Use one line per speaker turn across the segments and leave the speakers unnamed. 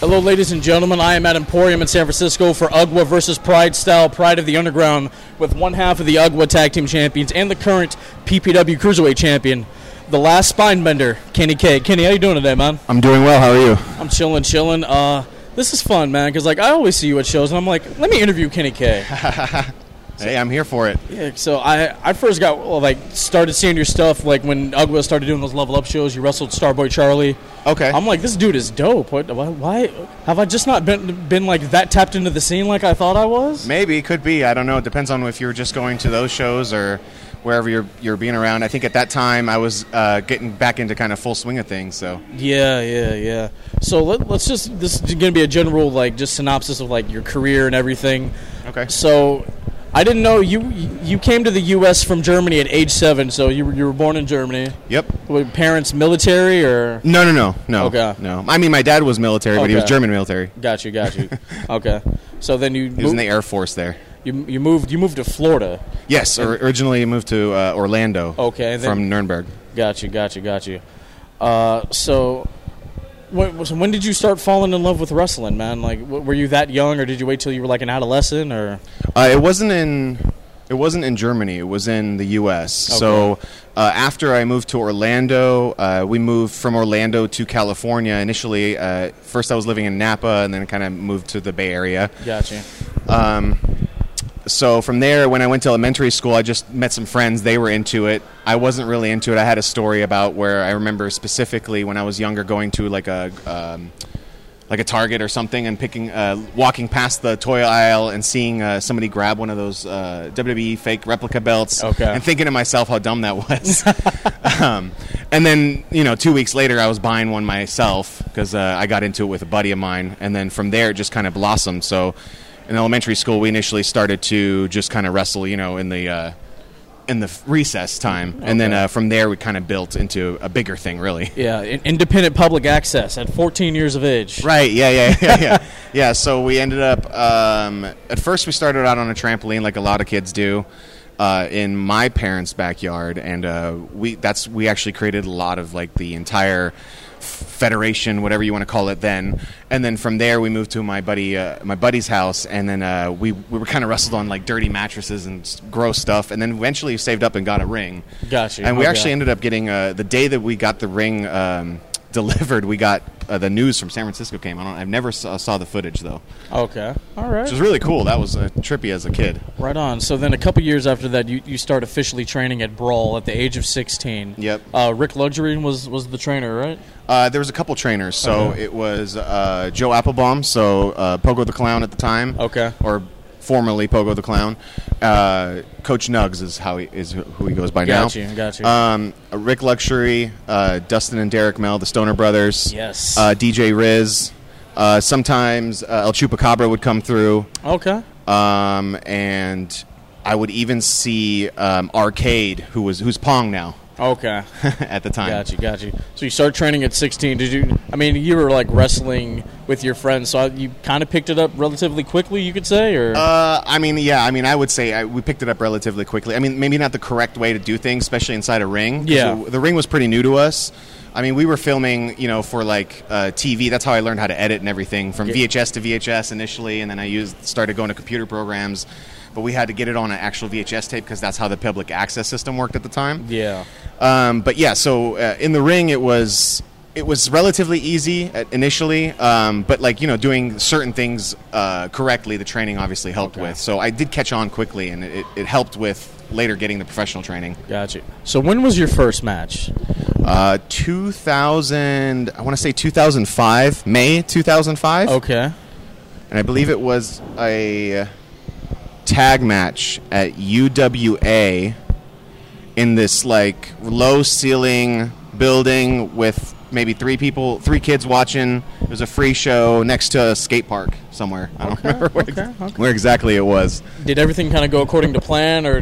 Hello, ladies and gentlemen. I am at Emporium in San Francisco for Ugwa versus Pride Style, Pride of the Underground, with one half of the Ugwa Tag Team Champions and the current PPW Cruiserweight Champion, the last spinebender, Kenny K. Kenny, how you doing today, man?
I'm doing well. How are you?
I'm chilling, chilling. Uh, this is fun, man, because like I always see you at shows, and I'm like, let me interview Kenny K.
Hey, I'm here for it.
Yeah, so I I first got well, like started seeing your stuff like when Ugwa started doing those level up shows. You wrestled Starboy Charlie.
Okay.
I'm like, this dude is dope. What, why, why have I just not been been like that tapped into the scene like I thought I was?
Maybe, could be. I don't know. It depends on if you were just going to those shows or wherever you're you're being around. I think at that time I was uh, getting back into kind of full swing of things. So
Yeah, yeah, yeah. So let, let's just this is gonna be a general like just synopsis of like your career and everything.
okay,
So I didn't know you you came to the U.S. from Germany at age seven. So you were- you were born in Germany.
yep.
Were your parents military or?
No, no, no, no.
Okay.
No, I mean my dad was military, but he was
Okay.
German military.
Got you, got you. okay. So then you
He was in
moved-
the Air Force there.
You, you moved you moved to Florida.
Yes, or, originally he moved to uh, Orlando.
Okay, then-
from Nuremberg.
Got you, got you, got you. Uh, so, when, so when did you start falling in love with wrestling, man? Like, w- were you that young, or did you wait till you were like an adolescent, or
Uh, it wasn't in. It wasn't in Germany. It was in the U.S. So uh, after I moved to Orlando, uh, we moved from Orlando to California. Initially, uh, first I was living in Napa, and then kind of moved to the Bay Area.
got you?
So from there, when I went to elementary school, I just met some friends. They were into it. I wasn't really into it. I had a story about where I remember specifically when I was younger going to like a. Um, like a Target or something, and picking, uh, walking past the toy aisle and seeing uh, somebody grab one of those uh, WWE fake replica belts,
Okay.
and thinking to myself how dumb that was. um, and then, you know, two weeks later, I was buying one myself because uh, I got into it with a buddy of mine, and then from there, it just kind of blossomed. So, in elementary school, we initially started to just kind of wrestle, you know, in the uh, in the recess time, and then
Okay.
uh, from there, we kind of built into a bigger thing, really.
Yeah, in, independent public access at 14 years of age.
Right. Yeah. Yeah. Yeah. Yeah. yeah. So we ended up. Um, at first, we started out on a trampoline, like a lot of kids do, uh, in my parents' backyard, and uh, we that's we actually created a lot of like the entire federation, whatever you want to call it. Then, and then from there, we moved to my buddy uh, my buddy's house, and then uh, we we were kind of wrestled on like dirty mattresses and s- gross stuff, and then eventually saved up and got a ring.
Got you.
And we
Okay.
actually ended up getting uh, the day that we got the ring um, delivered. We got uh, the news from San Francisco came. I don't. I've never saw, saw the footage though,
Okay. All right.
which was really cool. That was uh, trippy as a kid.
Right on. So then, a couple years after that, you, you start officially training at Brawl at the age of 16.
Yep.
Uh, Rick Luxury was was the trainer, right?
Uh, there was a couple trainers. So
Okay.
it was uh, Joe Applebaum, so uh, Pogo the Clown at the time.
Okay.
Or formerly Pogo the Clown. Uh, Coach Nugs is how he is who he goes by
Got
now.
you, got you.
Um, Rick Luxury, uh, Dustin and Derek Mel, the Stoner Brothers.
Yes.
Uh, DJ Riz. Uh, sometimes uh, El Chupacabra would come through
Okay.
um, and I would even see um, Arcade, who was who's Pong now
Okay.
at the time.
Got you, got you. So you started training at 16. Did you? I mean, you were like wrestling with your friends, so you kind of picked it up relatively quickly, you could say, or
Uh, I mean, yeah. I mean, I would say I, we picked it up relatively quickly. I mean, maybe not the correct way to do things, especially inside a ring. 'cause
Yeah.
w- the ring was pretty new to us. I mean, we were filming, you know, for like uh, TV. That's how I learned how to edit and everything, from VHS to VHS initially, and then I used started going to computer programs. But we had to get it on an actual VHS tape because that's how the public access system worked at the time.
yeah,
Um, but yeah, so uh, in the ring, it was it was relatively easy at- initially, um, but like you know, doing certain things uh, correctly, the training obviously helped with. So I did catch on quickly, and it, it helped with later getting the professional training.
got you. So when was your first match?
Uh, 2000, I want to say 2005, May 2005,
Okay,
and I believe it was a tag match at UWA in this like low ceiling building with maybe three people, three kids watching. It was a free show next to a skate park somewhere. I don't remember where, ex-
okay, okay.
where exactly it was.
did everything kind of go according to plan, or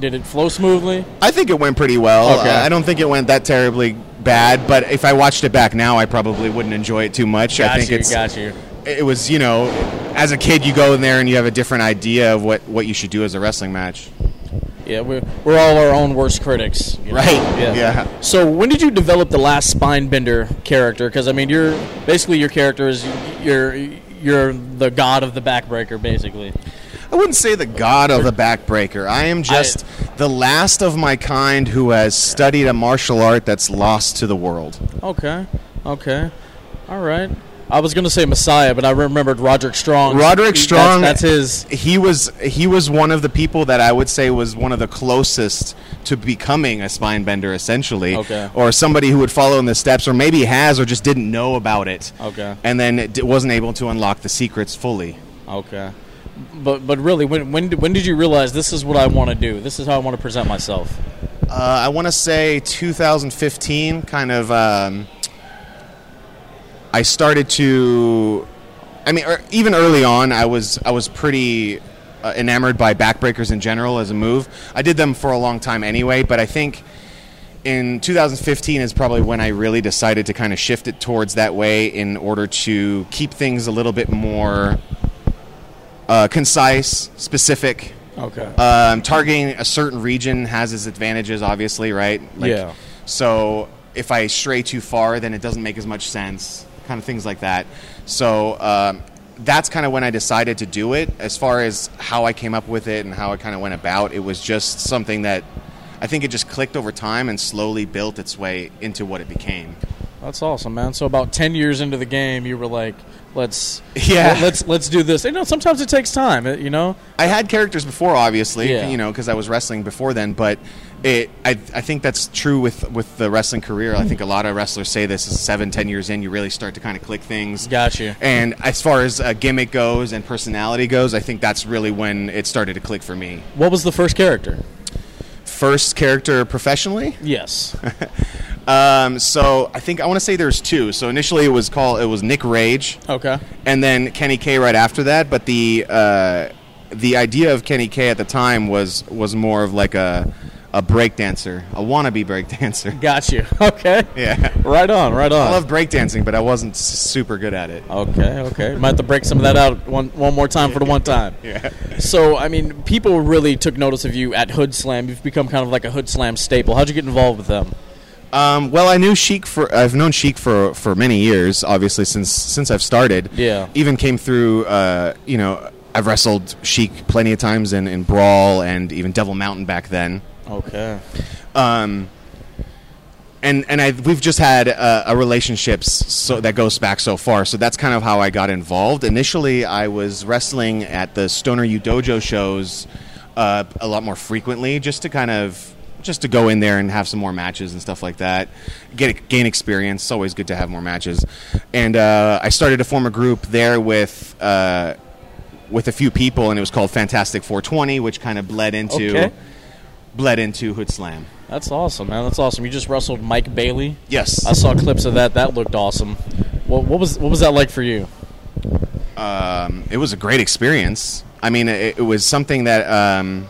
did it flow smoothly?
I think it went pretty well.
Okay.
Uh, I don't think it went that terribly bad, but if I watched it back now, I probably wouldn't enjoy it too much. I
Got
think
you,
it's
got you.
it was you know, as a kid, you go in there and you have a different idea of what what you should do as a wrestling match.
Yeah, we're, we're all our own worst critics. you know?
Right.
Yeah.
Yeah.
So when did you develop the last spine bender character? Because I mean, you're basically your character is you're you're the god of the backbreaker, basically.
I wouldn't say the god of the backbreaker. I am just the last of my kind who has studied a martial art that's lost to the world.
Okay. Okay. All right. I was gonna say Messiah, but I remembered Roderick Strong.
Roderick
He-
Strong-
That's, that's his.
He was he was one of the people that I would say was one of the closest to becoming a spine bender, essentially,
Okay.
or somebody who would follow in the steps, or maybe has, or just didn't know about it,
Okay.
and then it d- wasn't able to unlock the secrets fully.
Okay. But but really, when when did- when did you realize this is what I want to do? This is how I want to present myself.
Uh, I want to say 2015, kind of. Um, I started to, I mean, er, even early on, I was I was pretty uh, enamored by backbreakers in general as a move. I did them for a long time anyway, but I think in 2015 is probably when I really decided to kind of shift it towards that way in order to keep things a little bit more uh, concise, specific,
Okay.
um, targeting a certain region has its advantages, obviously, right?
Yeah.
So if I stray too far, then it doesn't make as much sense, kind of things like that. So um, that's kind of when I decided to do it. As far as how I came up with it and how I kind of went about, it was just something that I think it just clicked over time and slowly built its way into what it became.
That's awesome, man. So about ten years into the game, you were like, "Let's,
Yeah.
let- let's let's do this." You know, sometimes it takes time. it- You know,
I had characters before, obviously,
Yeah.
you know, because I was wrestling before then. But it, I, I think that's true with with the wrestling career. I think a lot of wrestlers say this is seven, ten years in, you really start to kind of click things.
got you.
And as far as uh, gimmick goes and personality goes, I think that's really when it started to click for me.
What was the first character?
First character professionally,
Yes.
um, so I think I want to say there's two. So initially it was called it was Nick Rage.
Okay.
and then Kenny K right after that. But the uh, the idea of Kenny K at the time was was more of like a a breakdancer, a wannabe breakdancer.
Got you. Okay.
yeah,
Right on. Right on.
I love breakdancing, but I wasn't s- super good at it.
okay. Okay. Might have to break some of that out one one more time for the one time.
Yeah.
So I mean, people really took notice of you at Hood Slam. You've become kind of like a Hood Slam staple. How'd you get involved with them?
Um, well, I knew Sheik for I've known Sheik for for many years, obviously since since I've started.
Yeah.
even came through. Uh, you know, I've wrestled Sheik plenty of times in, in Brawl and even Devil Mountain back then.
Okay.
um, and and I we've just had uh, a relationship s- so that goes back so far. So that's kind of how I got involved. Initially, I was wrestling at the Stoner U Dojo shows uh, a lot more frequently, just to kind of just to go in there and have some more matches and stuff like that. Get gain experience. It's always good to have more matches. And uh, I started to form a group there with. Uh, with a few people, and it was called Fantastic 420, which kind of bled into
Okay.
bled into Hood Slam.
That's awesome, man. That's awesome. You just wrestled Mike Bailey.
Yes.
I saw clips of that. That looked awesome. What, what was what was that like for you?
um, it was a great experience. I mean, it, it was something that um,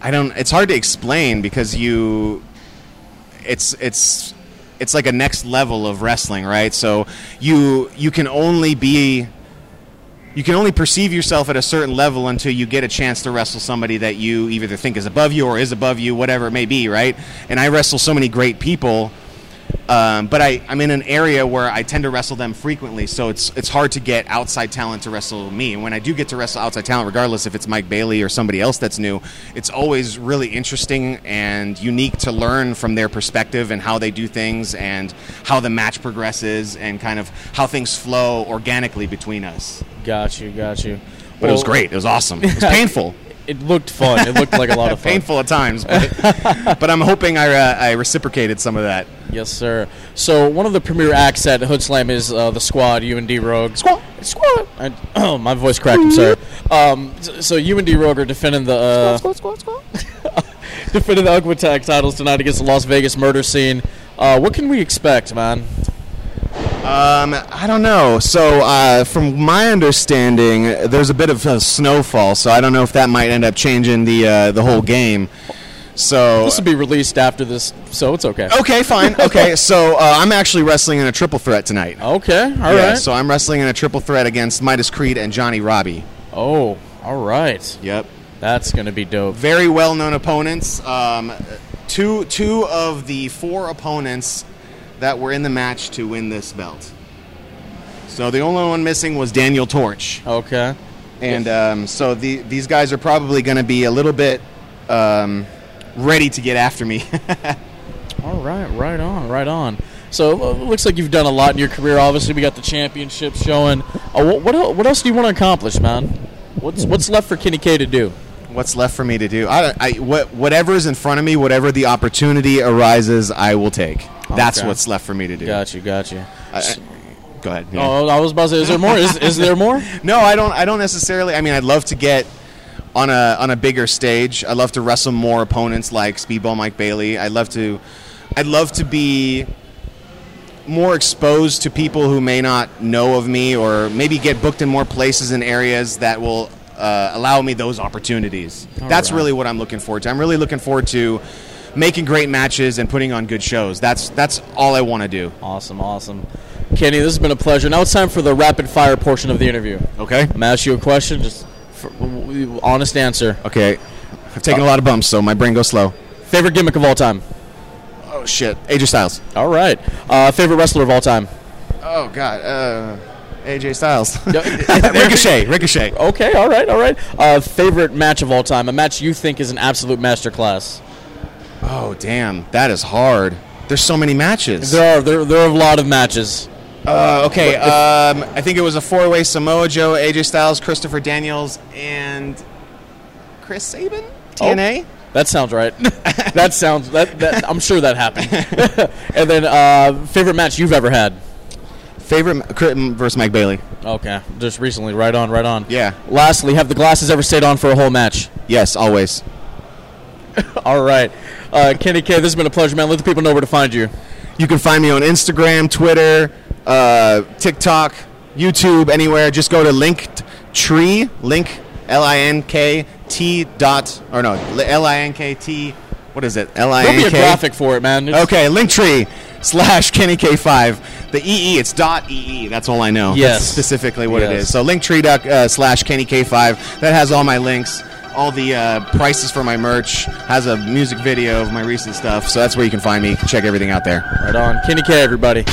I don't. It's hard to explain because you, it's it's it's like a next level of wrestling, right? So you you can only be. You can only perceive yourself at a certain level until you get a chance to wrestle somebody that you either think is above you or is above you, whatever it may be, right? And I wrestle so many great people um, but I, I'm in an area where I tend to wrestle them frequently, so it's it's hard to get outside talent to wrestle me. And when I do get to wrestle outside talent, regardless if it's Mike Bailey or somebody else that's new, it's always really interesting and unique to learn from their perspective and how they do things and how the match progresses and kind of how things flow organically between us.
Got you, got you.
But it was great. It was awesome. It was painful.
It looked fun. It looked like a lot of fun.
Painful at times, but, but I'm hoping I, uh, I reciprocated some of that.
Yes, sir. So one of the premier acts at Hood Slam is uh, the Squad, U and D Rogue. Squad, Squad. And, oh, my voice cracked. I'm sorry. Um, s- so U and D Rogue are defending the uh, Squad, Squad, Squad, defending the Ugwa Tag titles tonight against the Las Vegas Murder Scene. Uh, what can we expect, man?
Um, I don't know. So, uh, from my understanding, there's a bit of uh snowfall, so I don't know if that might end up changing the uh, the whole game. So,
This will be released after this, so it's okay.
okay, fine. Okay, so uh, I'm actually wrestling in a triple threat tonight.
Okay. All right.
Oh. yeah, So I'm wrestling in a triple threat against Midas Creed and Johnny Robbie.
oh, all right.
Yep.
That's going to be dope.
very well known opponents. Um, two two of the four opponents that were in the match to win this belt. So the only one missing was Daniel Torch,
Okay.
and um, so the, these guys are probably going to be a little bit um, ready to get after me.
All right, right on, right on. So uh, it looks like you've done a lot in your career. Obviously, we got the championship showing. Uh, what what, el- what else do you want to accomplish, man? What's what's left for Kenny K to do?
What's left for me to do? I, I what, whatever is in front of me, whatever the opportunity arises, I will take. That's
Okay.
what's left for me to do.
Got you, got you.
I- I- go ahead. yeah.
Oh, I was about to say, is there more? Is, is there more?
No, I don't. I don't necessarily. I mean, I'd love to get on a on a bigger stage. I'd love to wrestle more opponents like Speedball Mike Bailey. I'd love to. I'd love to be more exposed to people who may not know of me, or maybe get booked in more places and areas that will uh, allow me those opportunities.
All
That's
right.
really what I'm looking forward to. I'm really looking forward to making great matches and putting on good shows. That's that's all I want to do.
Awesome, awesome. Kenny, this has been a pleasure. Now it's time for the rapid fire portion of the interview.
Okay.
I'm gonna ask you a question. Just for, honest answer.
Okay. I've taken a lot of bumps, so my brain goes slow.
Favorite gimmick of all time.
Oh shit, AJ Styles.
All right. Uh, favorite wrestler of all time.
Oh god, uh, AJ Styles.
Yeah.
Ricochet, Ricochet.
Okay. All right. All right. Uh, favorite match of all time. A match you think is an absolute masterclass.
Oh damn, that is hard. There's so many matches.
There are there, there are a lot of matches.
Uh, okay, um, I think it was a four-way Samoa Joe, AJ Styles, Christopher Daniels, and Chris Sabin. TNA.
That sounds right. that sounds that, that I'm sure that happened. and then uh, favorite match you've ever had.
Favorite ma- Crit- versus Mike Bailey.
Okay. Just recently. Right on. Right on.
Yeah.
Lastly, have the glasses ever stayed on for a whole match?
Yes, always.
All right. Uh, Kenny K, this has been a pleasure, man. Let the people know where to find you.
You can find me on Instagram, Twitter, uh, TikTok, YouTube, anywhere. Just go to Linktree, link L I N K T dot or no L I N K T. What is it? L I
There'll be
N
a
K.
graphic for it, man. It's-
Okay, Linktree slash Kenny K five. The E E, it's dot E E. That's all I know.
Yes.
That's specifically what it
Yes.
is. So Linktree dot, uh, slash Kenny K five. That has all my links. All the uh, prices for my merch has a music video of my recent stuff, so that's where you can find me. Check everything out there.
Right on. Kenny K, everybody.